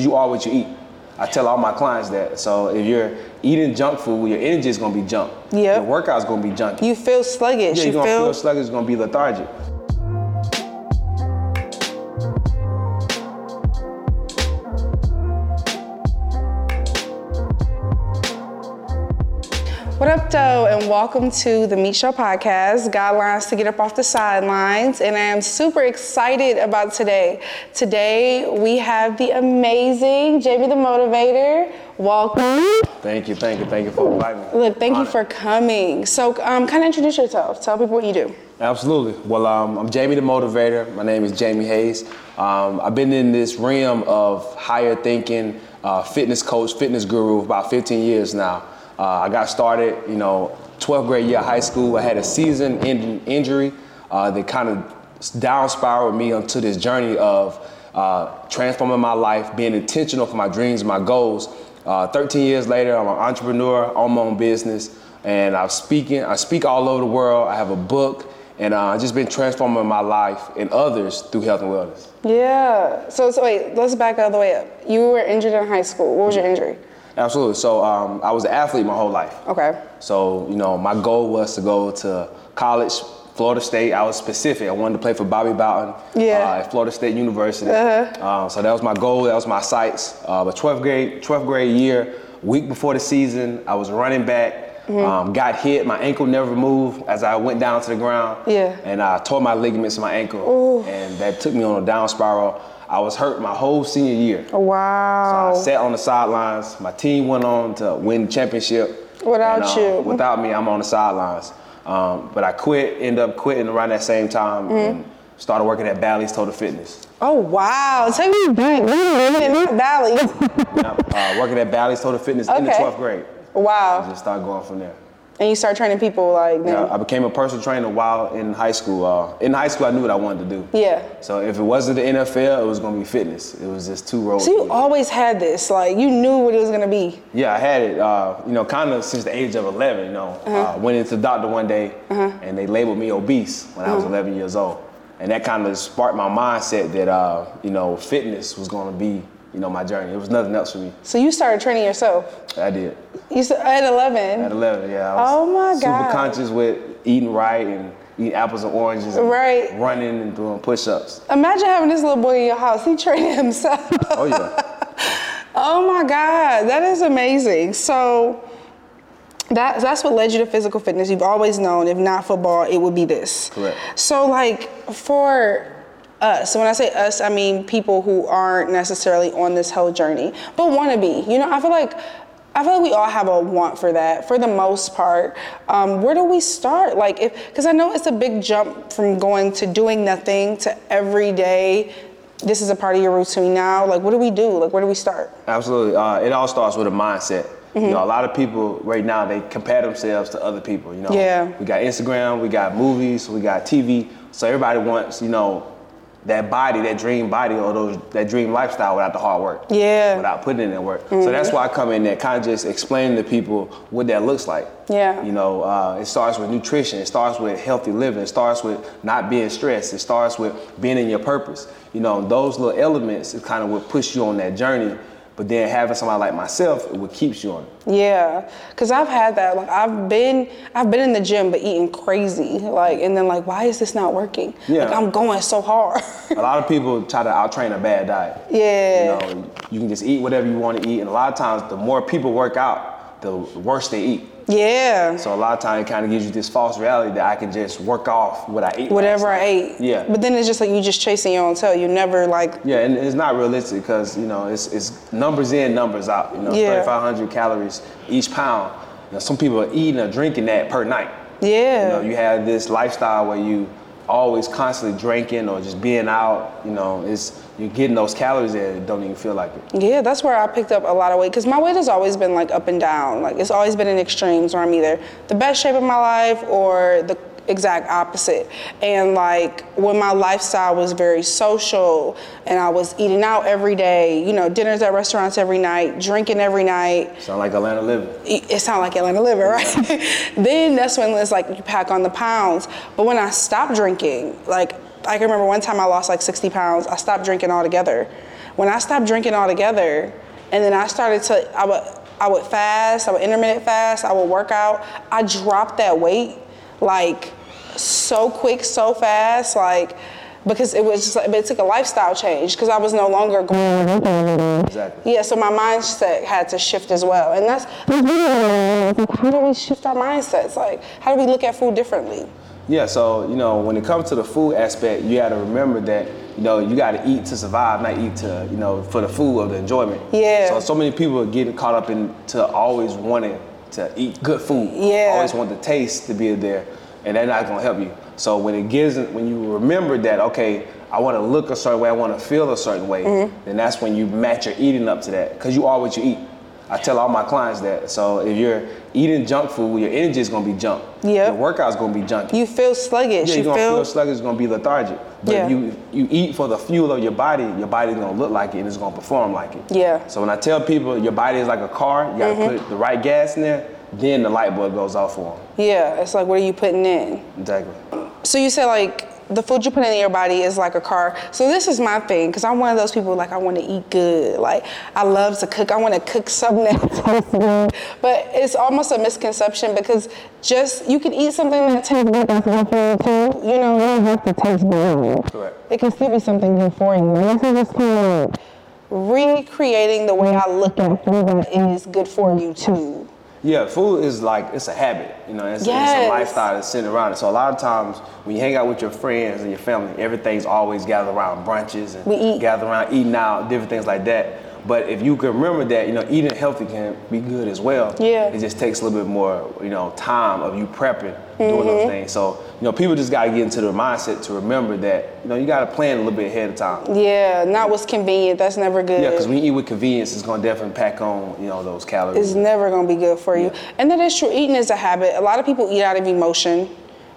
You are what you eat. I tell all my clients that. So if you're eating junk food, your energy is gonna be junk. Yep. Your workout's gonna be junk. You feel sluggish. yeah, you you're gonna feel, feel, sluggish. You're gonna be lethargic. What up, though? And welcome to the Meet Show podcast, Guidelines to Get Up Off the Sidelines. And I am super excited about today. Today, we have the amazing Jamie the Motivator. Welcome. Thank you, thank you, thank you for inviting me. Look, thank you Honored. for coming. So, um, kind of introduce yourself. Tell people what you do. Absolutely. Well, um, I'm Jamie the Motivator. My name is Jamie Hayes. Um, I've been in this realm of higher thinking, uh, fitness coach, fitness guru about 15 years now. Uh, I got started, you know, 12th grade year of high school. I had a season ending injury uh, that kind of down spiraled me onto this journey of uh, transforming my life, being intentional for my dreams, my goals. Uh, 13 years later, I'm an entrepreneur, own my own business, and I'm speaking. I speak all over the world. I have a book, and uh, I've just been transforming my life and others through health and wellness. Yeah. So, so wait, let's back all the way up. You were injured in high school. What was your injury? Absolutely. So um, I was an athlete my whole life. Okay. So, you know, my goal was to go to college, Florida State. I was specific. I wanted to play for Bobby Bowden Yeah. Uh-huh. uh, at Florida State University. Uh, so that was my goal. That was my sights. Uh, but 12th grade, 12th grade year, week before the season, I was running back. Mm-hmm. Um, got hit. My ankle never moved as I went down to the ground. Yeah. And I tore my ligaments in my ankle. And that took me on a down spiral. I was hurt my whole senior year. Oh, Wow. I sat on the sidelines. My team went on to win the championship. Without uh, you. Without me, I'm on the sidelines. Um, but I quit, ended up quitting around that same time Mm-hmm. and started working at Bally's Total Fitness. Oh wow! Take me back. We were living in North Valley. Now, uh, working at Bally's Total Fitness in the Okay. 12th grade. wow! Just started going from there. And you start training people like Yeah, yeah. I became a personal trainer while in high school. Uh, in high school, I knew what I wanted to do. yeah. So if it wasn't the NFL, it was going to be fitness. It was just two roads. So you always had this, like you knew what it was gonna be. Yeah, I had it, uh, you know, kind of since the age of 11, you know. Uh-huh. uh went into the doctor one day and they labeled me obese when I was Mm. 11 years old. And that kind of sparked my mindset that, uh, you know, fitness was going to be, you know, my journey. It was nothing else for me. So you started training yourself. I did. You s- at At eleven. 11, yeah. I was Oh my super God. conscious with eating right and eating apples and oranges. And Right. Running and doing push ups. Imagine having this little boy in your house. He training himself. Oh, yeah. Oh my God, that is amazing. So that, that's what led you to physical fitness. You've always known, if not football, it would be this. Correct. So, like, for us, when I say us, I mean people who aren't necessarily on this whole journey, but want to be. You know, I feel like. I feel like we all have a want for that, for the most part. Um, where do we start? Like, if because I know it's a big jump from going to doing nothing to every day. This is a part of your routine now. Like, what do we do? Like, where do we start? Absolutely. Uh, it all starts with a mindset. You know, a lot of people right now they compare themselves to other people. You know, Yeah. we got Instagram, we got movies, we got TV. So everybody wants, you know, that body, that dream body, or those that dream lifestyle without the hard work. Yeah. Mm-hmm. Without putting in that work. So that's why I come in there, kind of just explain to people what that looks like. Yeah. You know, uh, it starts with nutrition. It starts with healthy living. It starts with not being stressed. It starts with being in your purpose. You know, those little elements is kind of what push you on that journey. But then having somebody like myself, it what keeps you on it. Yeah, cause I've had that. Like I've been, I've been in the gym, but eating crazy. Like, and then like, why is this not working? Like Yeah. I'm going so hard. A lot of people try to out train a bad diet. yeah. You know, you can just eat whatever you want to eat. And a lot of times, the more people work out, the worse they eat. Yeah. So a lot of times, it kind of gives you this false reality that I can just work off what I ate. last Whatever I night. ate. Yeah. But then it's just like you just chasing your own tail. You never like. Yeah, and it's not realistic because you know it's, it's numbers in, numbers out. You know, Yeah. 3,500 calories each pound. You know, some people are eating or drinking that per night. You know, Yeah. you have this lifestyle where you always constantly drinking or just being out. You know, it's you're getting those calories and it don't even feel like it. yeah, that's where I picked up a lot of weight because my weight has always been like up and down. Like it's always been in extremes where I'm either the best shape of my life or the exact opposite. And like when my lifestyle was very social and I was eating out every day, you know, dinners at restaurants every night, drinking every night, Sound like Atlanta living. it it sound like Atlanta living, right? then that's when it's like you pack on the pounds. But when I stopped drinking, like I can remember one time I lost like 60 pounds. I stopped drinking altogether, when I stopped drinking altogether, and then I started to, I would, I would fast, I would intermittent fast, I would work out. I dropped that weight like so quick, so fast, like because it was just like it took a lifestyle change because I was no longer going. Exactly. Yeah, so my mindset had to shift as well, and that's how do we shift our mindsets? Like, how do we look at food differently? Yeah, so you know, when it comes to the food aspect, you got to remember that you know you got to eat to survive, not eat to you know for the food of the enjoyment. Yeah. So so many people are getting caught up in to always wanting to eat good food. Yeah. Always want the taste to be there, and they're not gonna help you. So when it gives, when you remember that, okay, I want to look a certain way, I want to feel a certain way, Mm-hmm. then that's when you match your eating up to that, cause you are what you eat. I tell all my clients that. So if you're eating junk food, your energy is gonna be junk. Yep. Your workout's gonna be junky. You feel sluggish. Yeah, you're you gonna feel, feel sluggish, you're gonna be lethargic. But Yeah. if you you eat for the fuel of your body, your body's gonna look like it and it's gonna perform like it. Yeah. Mm-hmm. So when I tell people your body is like a car, you gotta put the right gas in there, then the light bulb goes off for them. yeah. It's like what are you putting in? Exactly. So you said like the food you put in your body is like a car. So this is my thing because I'm one of those people like I want to eat good. Like I love to cook. I want to cook something that tastes good. But it's almost a misconception because just you can eat something that tastes good that's not good too. You know, you don't have to taste good. Correct. It can still be something good for you. And This is just kind of recreating the way I look at food that is good for you too. Yeah, food is like it's a habit, you know. It's, it's Yes. a lifestyle that's sitting around it. So a lot of times when you hang out with your friends and your family, everything's always gathered around brunches and We eat. gathered around eating out, different things like that. But if you can remember that, you know, eating healthy can be good as well. Yeah. It just takes a little bit more, you know, time of you prepping, doing those Mm-hmm. things. So you know, people just got to get into the mindset to remember that, you know, you got to plan a little bit ahead of time. Yeah, not what's convenient. That's never good. Yeah, because when you eat with convenience, it's gonna definitely pack on, you know, those calories. It's never gonna be good for you. And that is true. Eating is a habit. A lot of people eat out of emotion.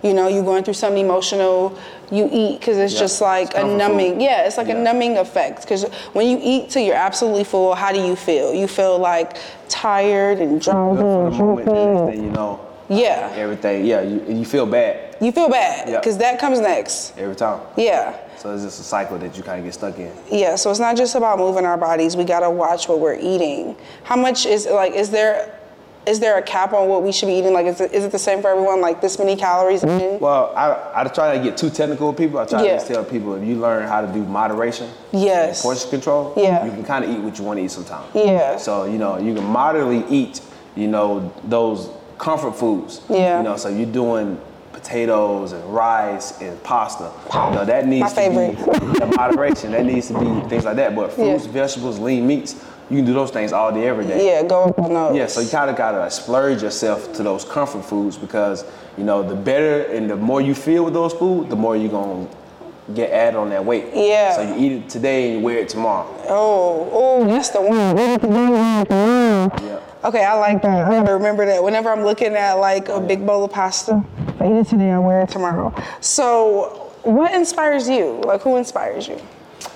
You know, you're going through something emotional, you eat because it's Yeah. just like It's a comfort numbing. food. Yeah, it's like a Yeah. numbing effect. Because when you eat till you're absolutely full, how do you feel? You feel like tired and Good drowsy for and the moment, the next droopy. thing you know, Yeah, everything. Yeah, you, you feel bad. you feel bad Yeah. because that comes next. every time. Yeah, So it's just a cycle that you kind of get stuck in. yeah. So it's not just about moving our bodies. We gotta watch what we're eating. How much is like? Is there is there a cap on what we should be eating? Like, is it, is it the same for everyone? Like this many calories? Mm-hmm. in? Well, I, I try not to get too technical with people. I try Yeah. to just tell people if you learn how to do moderation, and Yes. portion control, Yeah. you can kind of eat what you want to eat sometimes. Yeah. So you know you can moderately eat, you know those comfort foods. Yeah. You know, so you're doing potatoes and rice and pasta. You know that needs favorite. to be the moderation. That needs to be things like that. But fruits, Yeah. vegetables, lean meats, you can do those things all day, every day. Yeah, go up on those. Yeah, so you kind of gotta like, splurge yourself to those comfort foods because you know the better and the more you feel with those food, the more you gonna get added on that weight. Yeah. So you eat it today and you wear it tomorrow. Oh, oh, that's the one. Yeah. Okay, I like that. I gotta remember that whenever I'm looking at like a big bowl of pasta. If I eat it today, I wear it tomorrow. So, what inspires you? Like, who inspires you?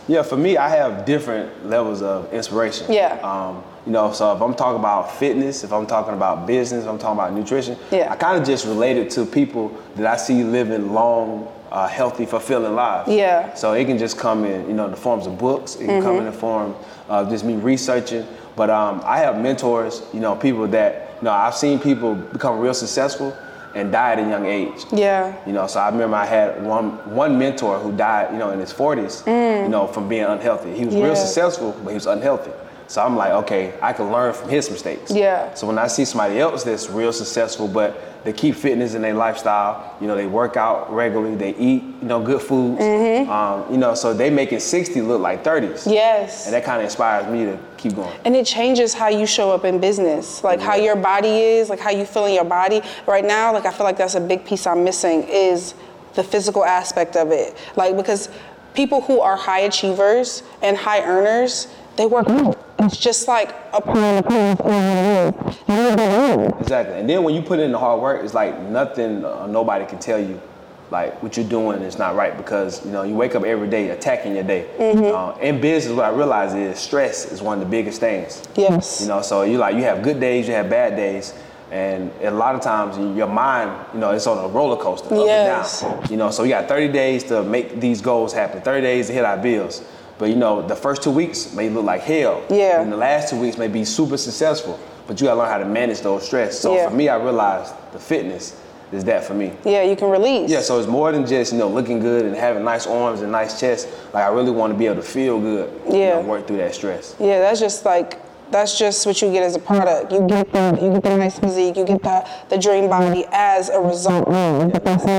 Yeah. For me, I have different levels of inspiration. Yeah. Um, you know, so if I'm talking about fitness, if I'm talking about business, if I'm talking about nutrition, Yeah. I kind of just relate it to people that I see living long, uh, healthy, fulfilling lives. Yeah. Mm-hmm. So it can just come in, you know, the forms of books. It can come in the form of just me researching. But um, I have mentors, you know, people that, you know, I've seen people become real successful and die at a young age. Yeah. You know, so I remember I had one one mentor who died, you know, in his 40s, you know, from being unhealthy. He was Mm. Yeah. real successful, but he was unhealthy. So I'm like, okay, I can learn from his mistakes. Yeah. So when I see somebody else that's real successful, but they keep fitness in their lifestyle, you know, they work out regularly, they eat, you know, good foods, um, you know, so they making 60 look like 30s. Mm-hmm. Yes. And that kind of inspires me to keep going. and it changes how you show up in business like how your body is like how you feel in your body right now like i feel like that's a big piece i'm missing is the physical aspect of it like because people who are high achievers and high earners they work out it's just like a pile of pills over the You don't go in. Exactly. And then when you put in the hard work, it's like nothing, uh, nobody can tell you, like what you're doing is not right because you know you wake up every day attacking your day. Uh, in business, what I realize is stress is one of the biggest things. yes You know, so you like you have good days, you have bad days, and a lot of times your mind, you know, it's on a roller coaster up Yes. and down. You know, so we got 30 days to make these goals happen. 30 days to hit our bills. But you know, the first two weeks may look like hell. Yeah. And the last two weeks may be super successful. But you gotta learn how to manage those stress. So Yeah. for me, I realized the fitness is that for me. Yeah, you can release. Yeah, so it's more than just you know looking good and having nice arms and nice chest. Like I really want to be able to feel good. You Yeah. know, work through that stress. Yeah, that's just like that's just what you get as a product. You get the you get the nice physique, you get the the dream body as a result. You get the same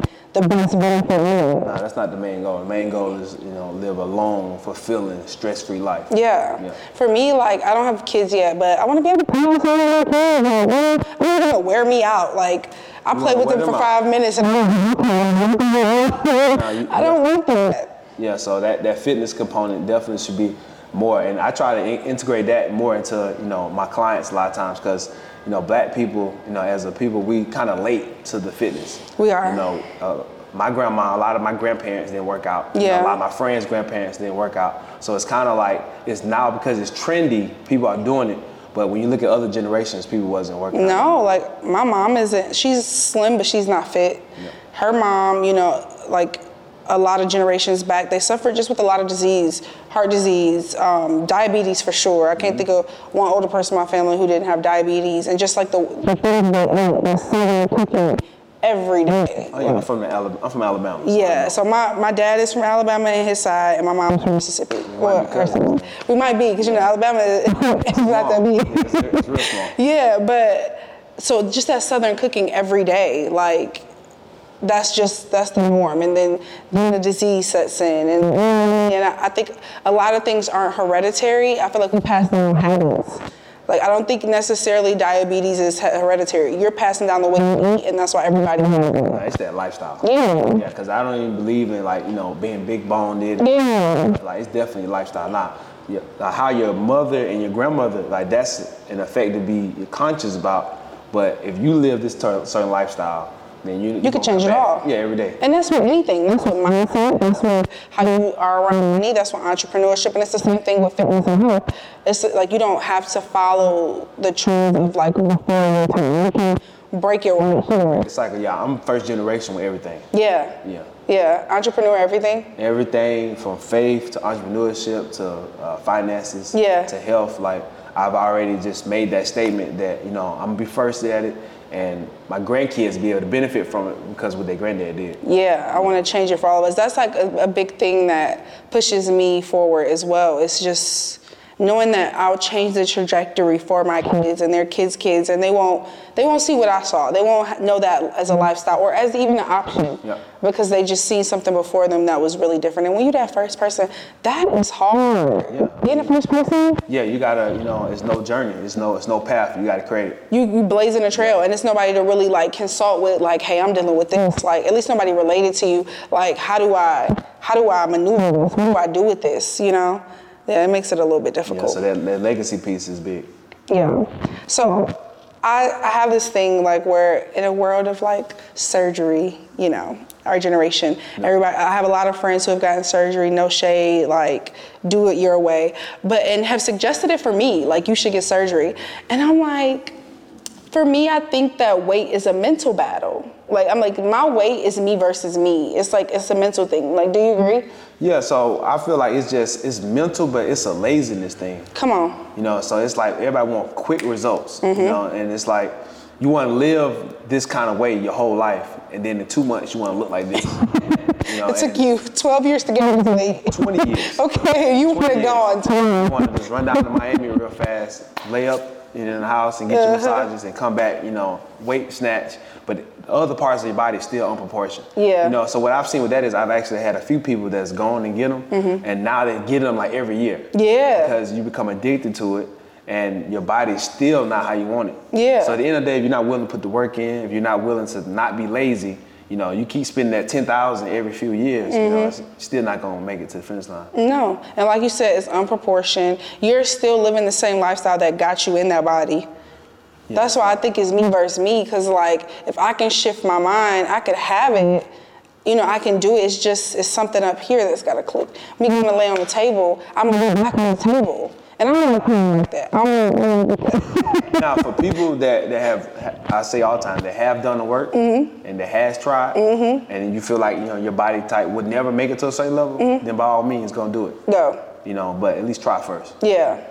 living, the best benefit living. Nah, that's not the main goal. The main goal is you know live a long, fulfilling, stress-free life. Yeah. Yeah. For me, like I don't have kids yet, but I want to be able to play with my kids. Like, what if- what if they gonna wear me out? Like I play wanna with wear them for them out. five minutes and I'm like, okay, Nah, you- I don't want that. Yeah, so that, that fitness component definitely should be more, and I try to in- integrate that more into you know my clients a lot of times because you know black people, you know as a people we kind of late to the fitness. We are. You know, uh, my grandma, a lot of my grandparents didn't work out. You know, Yeah. a lot of my friends' grandparents didn't work out, so it's kind of like it's now because it's trendy, people are doing it. But when you look at other generations, people wasn't working. out. No, like my mom isn't. She's slim, but she's not fit. Her mom, you know, like a lot of generations back, they suffered just with a lot of disease, heart disease, um, diabetes for sure. I Mm-hmm. can't think of one older person in my family who didn't have diabetes, and just like the the things they ate, the cereal cooking every day. Oh, yeah, I'm from the Alabama. I'm from Alabama. so I Yeah, know. so my, my dad is from Alabama and his side, and my mom's from Mississippi. Well, be cousins. we might be, because you know, Alabama is is not that Small. big. Yeah, it's, it's real small. Yeah, but so just that southern cooking every day, like that's just that's the norm, and then then the disease sets in, and and I, I think a lot of things aren't hereditary. I feel like we pass down habits. Like I don't think necessarily diabetes is he- hereditary. You're passing down the way you eat, and that's why everybody has it. Nah, It's that lifestyle. Mm-hmm. Yeah. Yeah, because I don't even believe in like you know being big boned. Yeah. Like it's definitely lifestyle. Now, yeah, now how your mother and your grandmother like that's an effect to be conscious about. But if you live this ter- certain lifestyle, then you you, can gonna change come it back. all. Yeah, every day. And that's with anything. That's with mindset. That's with how you are around money. That's with entrepreneurship. And it's the same thing with fitness and health. It's like you don't have to follow the trends of like before your time. You can break it right here. It's like yeah, I'm first generation with everything. Yeah. Yeah. Yeah. Entrepreneur everything. Everything from faith to entrepreneurship to uh, finances Yeah. to health. Like I've already just made that statement that you know I'm gonna be first at it, and my grandkids be able to benefit from it because what their granddad did. Yeah, I want to change it for all of us. That's like a, a big thing that pushes me forward as well. It's just knowing that I'll change the trajectory for my kids and their kids' kids, and they won't they won't see what I saw. They won't ha- know that as a lifestyle or as even an option Yeah. because they just seen something before them that was really different. And when you're that first person, that is hard. Yeah. Being the first person, Yeah, you gotta, you know, it's no journey, it's no, it's no path. You gotta create it. you, you blazing a trail and it's nobody to really like consult with like hey i'm dealing with this like at least nobody related to you like how do i how do i maneuver this what do i do with this you know yeah it makes it a little bit Yeah, difficult so that, that legacy piece is big. yeah. So I, I have this thing like where in a world of like surgery, you know, our generation, everybody I have a lot of friends who have gotten surgery, no shade, like do it your way, but and have suggested it for me, like you should get surgery. And I'm like for me, I think that weight is a mental battle. Like I'm like my weight is me versus me. It's like it's a mental thing. Like do you agree? Yeah, so I feel like it's just, it's mental, but it's a laziness thing. Come on. You know, so it's like everybody want quick results. Mm-hmm. You know, and it's like you want to live this kind of way your whole life, and then in two months you want to look like this. you know, It took and you 12 years to get to weight. 20 years. Oh Okay, you would have gone. You want to just run down to Miami real fast, lay up in the house and get Uh-huh. your massages and come back, you know, weight snatch. But the other parts of your body still unproportioned. Yeah. You know, so what I've seen with that is I've actually had a few people that's gone and get them, and now they get them like every year. Mm-hmm. Yeah. Because you become addicted to it. And your body's still not how you want it. Yeah. So at the end of the day, if you're not willing to put the work in, if you're not willing to not be lazy, you know, you keep spending that ten thousand every few years. You know, it's Mm-hmm. you're still not gonna make it to the finish line. No. And like you said, it's unproportioned. You're still living the same lifestyle that got you in that body. That's why I think it's me versus me, because like if I can shift my mind, I could have it. You know, I can do it. It's just it's something up here that's gotta click. Me gonna lay on the table, I'm gonna lay back on the table. And I'm a queen like that. I'm a, I'm a- now for people that, that have I say all the time that have done the work Mm-hmm. and that has tried and you feel like you know your body type would never make it to a certain level, Mm-hmm. then by all means gonna do it. no. You know, but at least try first. Yeah.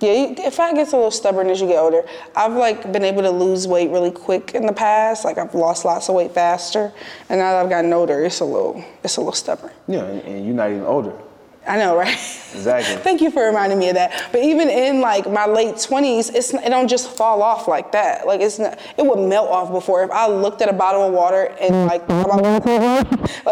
Yeah, you, if I get a little stubborn as you get older, I've like been able to lose weight really quick in the past. Like I've lost lots of weight faster, and now that I've gotten older, it's a little, it's a little stubborn. Yeah, and, and you're not even older. I know, right? Exactly. Thank you for reminding me of that. But even in like my late twenties, it's it don't just fall off like that. Like it's not, it would melt off before. If I looked at a bottle of water and like like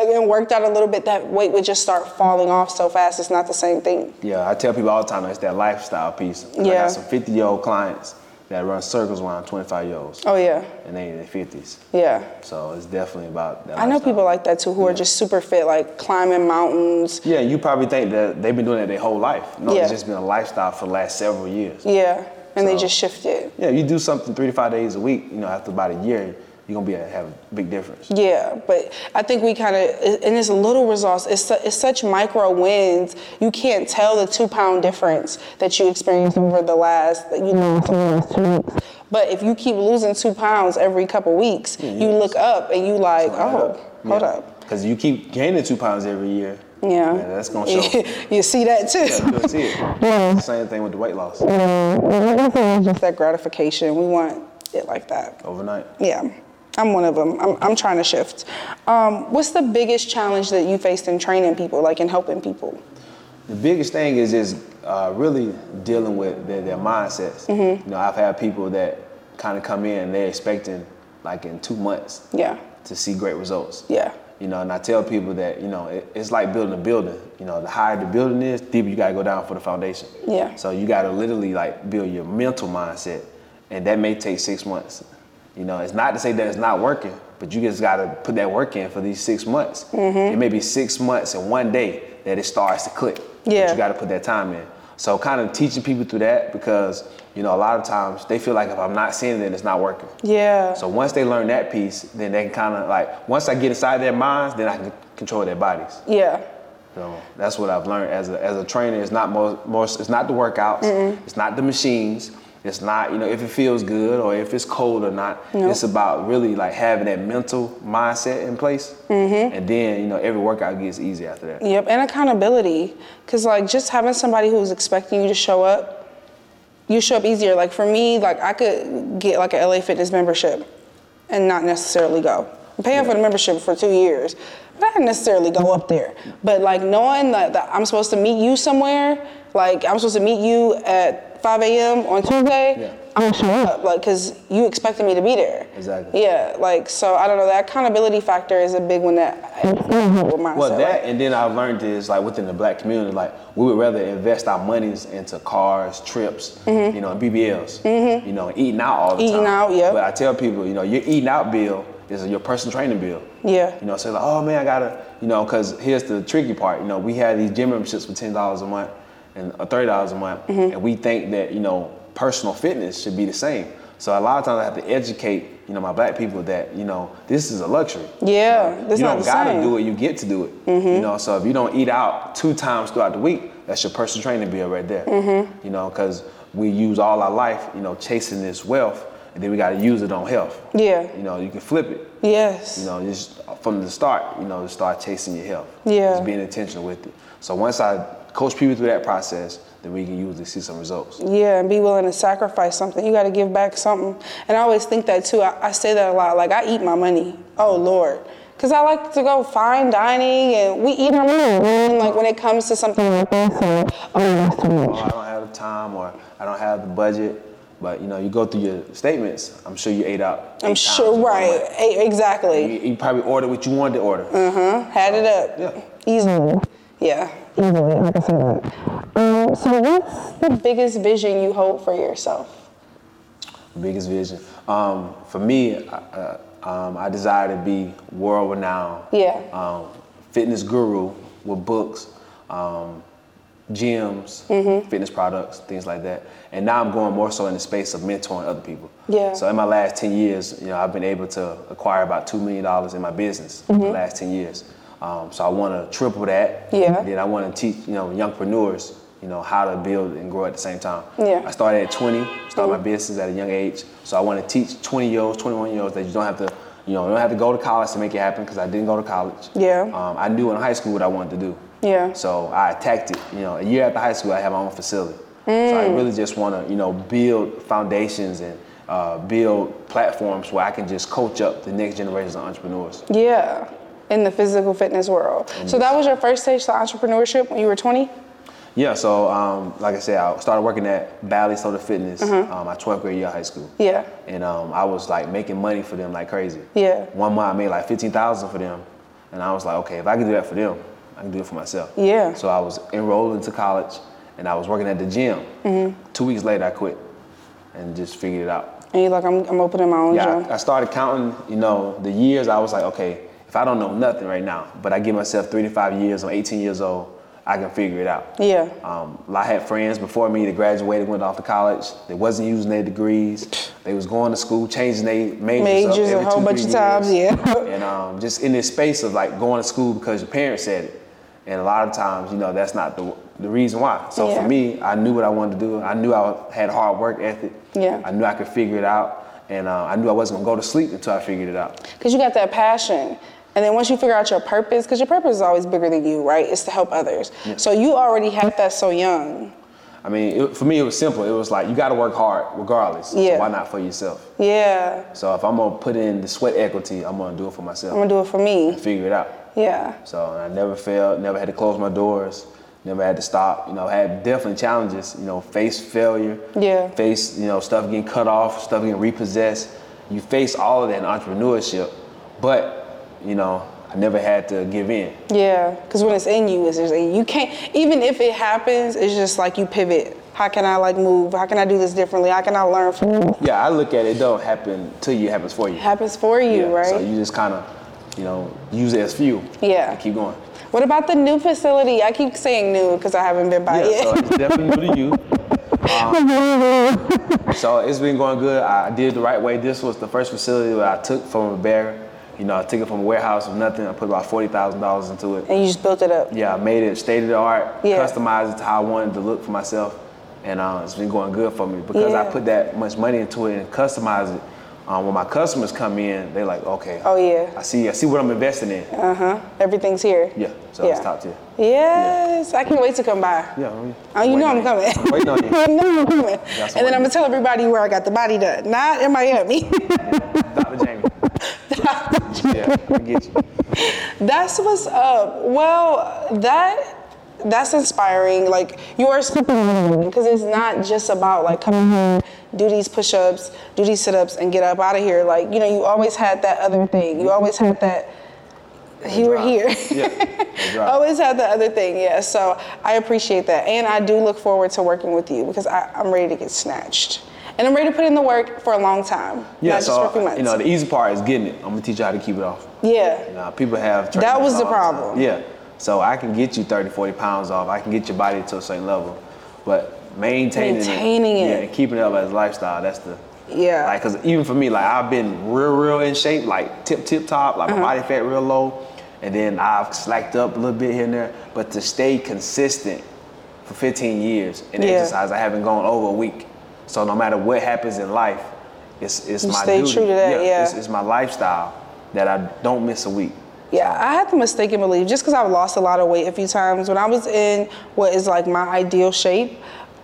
and worked out a little bit, that weight would just start falling off so fast. It's not the same thing. Yeah, I tell people all the time it's that lifestyle piece. I Yeah. got some 50 year old clients that run circles around 25 year olds Oh yeah, and they in their 50s. yeah. So it's definitely about that. I know lifestyle. people like that too who are just super fit, like climbing mountains. Yeah, you probably think that they've been doing that their whole life. No, Yeah. it's just been a lifestyle for the last several years. Yeah. And they So- just shifted. Yeah, you do something three to five days a week, you know, after about a year, you're gonna be able to have a big difference. Yeah, but I think we kind of, and it's little results. It's, su- it's such micro wins. You can't tell the two pound difference that you experienced over the last, you know, over the last two weeks. But if you keep losing two pounds every couple weeks, you look up and you like, oh, hold up. Because you keep gaining two pounds every year. Yeah. that's gonna show. you see that too. yeah, you'll see it. Same thing with the weight loss Just that gratification. We want it like that. overnight. Yeah, I'm one of them. I'm, I'm trying to shift. Um, what's the biggest challenge that you faced in training people, like in helping people? The biggest thing is just uh, really dealing with their, their mindsets. You know, I've had people that kind of come in and they're expecting like in two months Yeah, to see great results. yeah, You know, and I tell people that you know it, it's like building a building. You know, the higher the building is, the deeper you gotta go down for the foundation. Yeah. So you gotta literally like build your mental mindset, and that may take six months. You know, it's not to say that it's not working, but you just gotta put that work in for these six months. Mm-hmm. It may be six months and one day that it starts to click. but Yeah. you gotta put that time in. So kind of teaching people through that because you know a lot of times they feel like if I'm not seeing it, then it's not working. yeah. So once they learn that piece, then they can kind of like once I get inside their minds, then I can control their bodies. yeah, So that's what I've learned as a, as a trainer. It's not more, more it's not the workouts, it's not the machines, it's not you know if it feels good or if it's cold or not. It's about really like having that mental mindset in place, and then you know every workout gets easy after that. yep. And accountability, because like just having somebody who's expecting you to show up, you show up easier. Like for me, like I could get like a LA Fitness membership and not necessarily go. I'm paying for the membership for two years, but I didn't necessarily go up there. But like knowing that, that I'm supposed to meet you somewhere, like I'm supposed to meet you at 5 a.m. on Tuesday, Yeah. I'm gonna show up, like, cause you expected me to be there. Exactly. Yeah, like so I don't know. The accountability factor is a big one that I with myself. Well, that and then I learned is like within the black community, like we would rather invest our monies into cars, trips, you know, and BBLs, you know, eating out all the Mm-hmm. Eating time. out, yeah. But I tell people, you know, your eating out bill is your personal training bill. yeah. You know, so like, oh man, I gotta, you know, because here's the tricky part. You know, we had these gym memberships for ten dollars a month and uh, thirty dollars a month, Mm-hmm. and we think that you know personal fitness should be the same. So a lot of times I have to educate, you know, my black people that you know this is a luxury. Yeah, that's you not don't the gotta same. Mm-hmm. do it. You get to do it. You know, so if you don't eat out two times throughout the week, that's your personal training bill right there. Mm-hmm. You know, because we use all our life, you know, chasing this wealth, and then we gotta use it on health. Yeah. You know, you can flip it. Yes. You know, just from the start, you know, start chasing your health. Yeah. Just being intentional with it. So once I coach people through that process, then we can usually see some results. Yeah, and be willing to sacrifice something. You got to give back something. And I always think that too. I, I say that a lot. Like, I eat my money. Oh, Lord. Because I like to go fine dining and we eat our money. And like, when it comes to something like this, or, oh, that's too Oh, much. I don't have the time or I don't have the budget. But you know, you go through your statements. I'm sure you ate out. eight I'm times sure, in one right. month. Eh, Exactly. You, you probably ordered what you wanted to order. Uh-huh. Had it up. Yeah. Easily. Yeah. Easily, like I said that. Um, so, what's the biggest vision you hold for yourself? Biggest vision. Um, for me, I, uh, um, I desire to be world renowned. Yeah. Um, fitness guru with books, um, gyms, Mm-hmm. fitness products, things like that. And now I'm going more so in the space of mentoring other people. Yeah. So in my last 10 years, you know, I've been able to acquire about $2 million in my business in the last 10 years. Um, so I want to triple that. Mm-hmm. Yeah. And then I want to teach, you know, youngpreneurs you know, how to build and grow at the same time. Yeah. Mm-hmm. I started at 20, started my business at a young age. So I want to teach 20 year olds, 21 year olds that you don't have to, you know, you don't have to go to college to make it happen because I didn't go to college. Yeah. Um, I knew in high school what I wanted to do. Yeah. So I attacked it. You know, a year after high school, I had my own facility. So Mm. I really just want to, you know, build foundations and uh, build platforms where I can just coach up the next generations of entrepreneurs. Yeah, in the physical fitness world. So that was your first stage to entrepreneurship when you were 20? Yeah, so um, like I said, I started working at Bally Soda Fitness Mm-hmm. um, my 12th grade year of high school. Yeah. And um, I was like making money for them like crazy. Yeah. One month I made like 15000 for them. And I was like, okay, if I can do that for them, I can do it for myself. Yeah. So I was enrolled into college and I was working at the gym. Mm-hmm. Two weeks later, I quit and just figured it out. And you're like, I'm, I'm opening my own Yeah, gym. I, I started counting, you know, the years. I was like, okay, if I don't know nothing right now, but I give myself three to five years, I'm 18 years old, I can figure it out. Yeah. Um, I had friends before me that graduated, went off to college. They wasn't using their degrees. They was going to school, changing their majors, up every Majors a two, whole three bunch of years. times, yeah. And um, just in this space of like going to school because your parents said it. And a lot of times, you know, that's not the, the reason why. So Yeah. for me, I knew what I wanted to do. I knew I had hard work ethic. Yeah. I knew I could figure it out. And uh, I knew I wasn't going to go to sleep until I figured it out. Because you got that passion. And then once you figure out your purpose, because your purpose is always bigger than you, right? It's to help others. So you already had that so young. I mean, it, for me, it was simple. It was like, you got to work hard regardless. Yeah. So why not for yourself? Yeah. So if I'm gonna put in the sweat equity, I'm gonna do it for myself I'm going to do it for me. and figure it out. Yeah. So I never failed, never had to close my doors, never had to stop. You know, had definitely challenges. You know, face failure. Yeah. Face you know stuff getting cut off, stuff getting repossessed. You face all of that in entrepreneurship, but you know I never had to give in. Yeah, because when it's in you, it's just you can't. Even if it happens, it's just like you pivot. How can I like move? How can I do this differently? How can I learn from what Yeah, I look at it. it Don't happen to you, it happens for you. happens for you, Yeah, right? So you just kind of you know use it as fuel. Yeah. And keep going. what about the new facility? I keep saying new because I haven't been by Yeah, yet. so it's definitely new to you. Um, so it's been going good. I did it the right way. This was the first facility that I took from a bear. You know, I took it from a warehouse of nothing. I put about forty thousand dollars into it. and you just built it up. Yeah, I made it state of the art, Yeah. customized it to how I wanted to look for myself, and uh, it's been going good for me because I Yeah. put that much money into it and customized it. Um, when my customers come in, they like, okay, Oh, yeah. I see, I see what I'm investing in. Uh huh. Everything's here. Yeah, so it's top tier. Yes, I can't wait to come by. Yeah, I'm- Oh, you know I'm waiting on coming. Waiting on you. I know I'm coming. That's And then what- I'm gonna tell everybody where I got the body done. Not in Miami. Dr. Jamie. yeah, I get you. That's what's up. Well, that that's inspiring. Like you are because it's not just about like coming here, do these push-ups, do these sit-ups, and get up out of here. Like you know, you always had that other thing. You always had that. You were here. drive. Yeah, the drive. always had the other thing. Yeah. So I appreciate that, and I do look forward to working with you because I, I'm ready to get snatched, and I'm ready to put in the work for a long time, Yeah, not so just for a few months. you know the easy part is getting it. I'm gonna teach you how to keep it off. yeah. You know, people have That was the all time. problem. Yeah, so I can get you 30, 40 pounds off. I can get your body to a certain level, but maintaining, Maintaining it, it. yeah, and keeping it up as a lifestyle. That's the Yeah. Like, cause even for me, like I've been real, real in shape, like tip, tip top, like Uh-huh. my body fat real low, and then I've slacked up a little bit here and there. But to stay consistent for 15 years in Yeah. exercise, I haven't gone over a week. So no matter what happens in life, it's it's You my stay duty. true to that, yeah. It's, it's my lifestyle that I don't miss a week. Yeah, I had the mistaken belief just because I've lost a lot of weight a few times. When I was in what is like my ideal shape,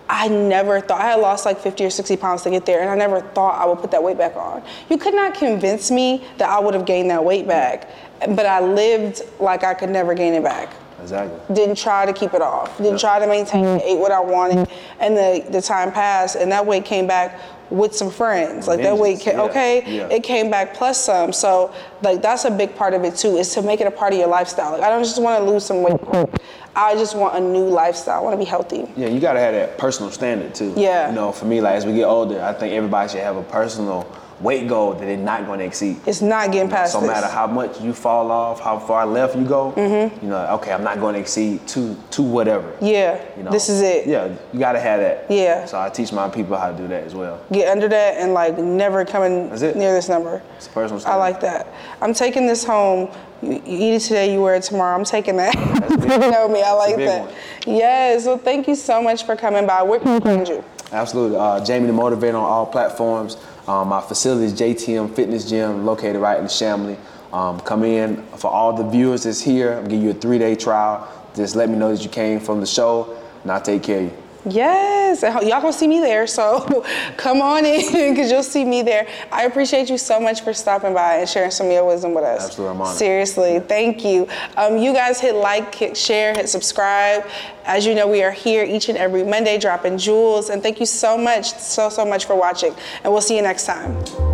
I never thought I had lost like 50 or 60 pounds to get there, and I never thought I would put that weight back on. You could not convince me that I would have gained that weight back, but I lived like I could never gain it back. Exactly. Didn't try to keep it off, didn't try to maintain Mm-hmm. it, ate what I wanted, and the, the time passed, and that weight came back with some friends. Like that weight, ca- Vengeance, yeah, okay, yeah. it came back plus some. So like that's a big part of it too, is to make it a part of your lifestyle. Like I don't just want to lose some weight Mm-hmm. quick. I just want a new lifestyle. I want to be healthy. Yeah, you gotta have that personal standard too. Yeah. You know, for me, like as we get older, I think everybody should have a personal weight goal that they're not going to exceed. It's not getting past So no this. matter how much you fall off, how far left you go, you know, okay, I'm not going to exceed two, two whatever. Mm-hmm. Yeah. You know, This is it. Yeah, you gotta have that. Yeah. So I teach my people how to do that as well. Get under that and like never coming That's it. near this number. It's a personal. I Story. like that. I'm taking this home. You, you eat it today, you wear it tomorrow. I'm taking that. you know me. I like big that. one. Yes. Well, thank you so much for coming by. Where can we find you? Absolutely. Uh, Jamie the Motivator on all platforms. Um, my facility is JTM Fitness Gym, located right in Shamley. Um, come in for all the viewers that's here. I'll give you a three-day trial. Just let me know that you came from the show, and I'll take care of you. Yes, and ho- y'all gonna see me there, so come on in because you'll see me there. I appreciate you so much for stopping by and sharing some of your wisdom with us. Absolutely, I'm honored. Seriously, thank you. Um, you guys hit like, hit share, hit subscribe. As you know, we are here each and every Monday dropping jewels, and thank you so much, so, so much for watching, and we'll see you next time.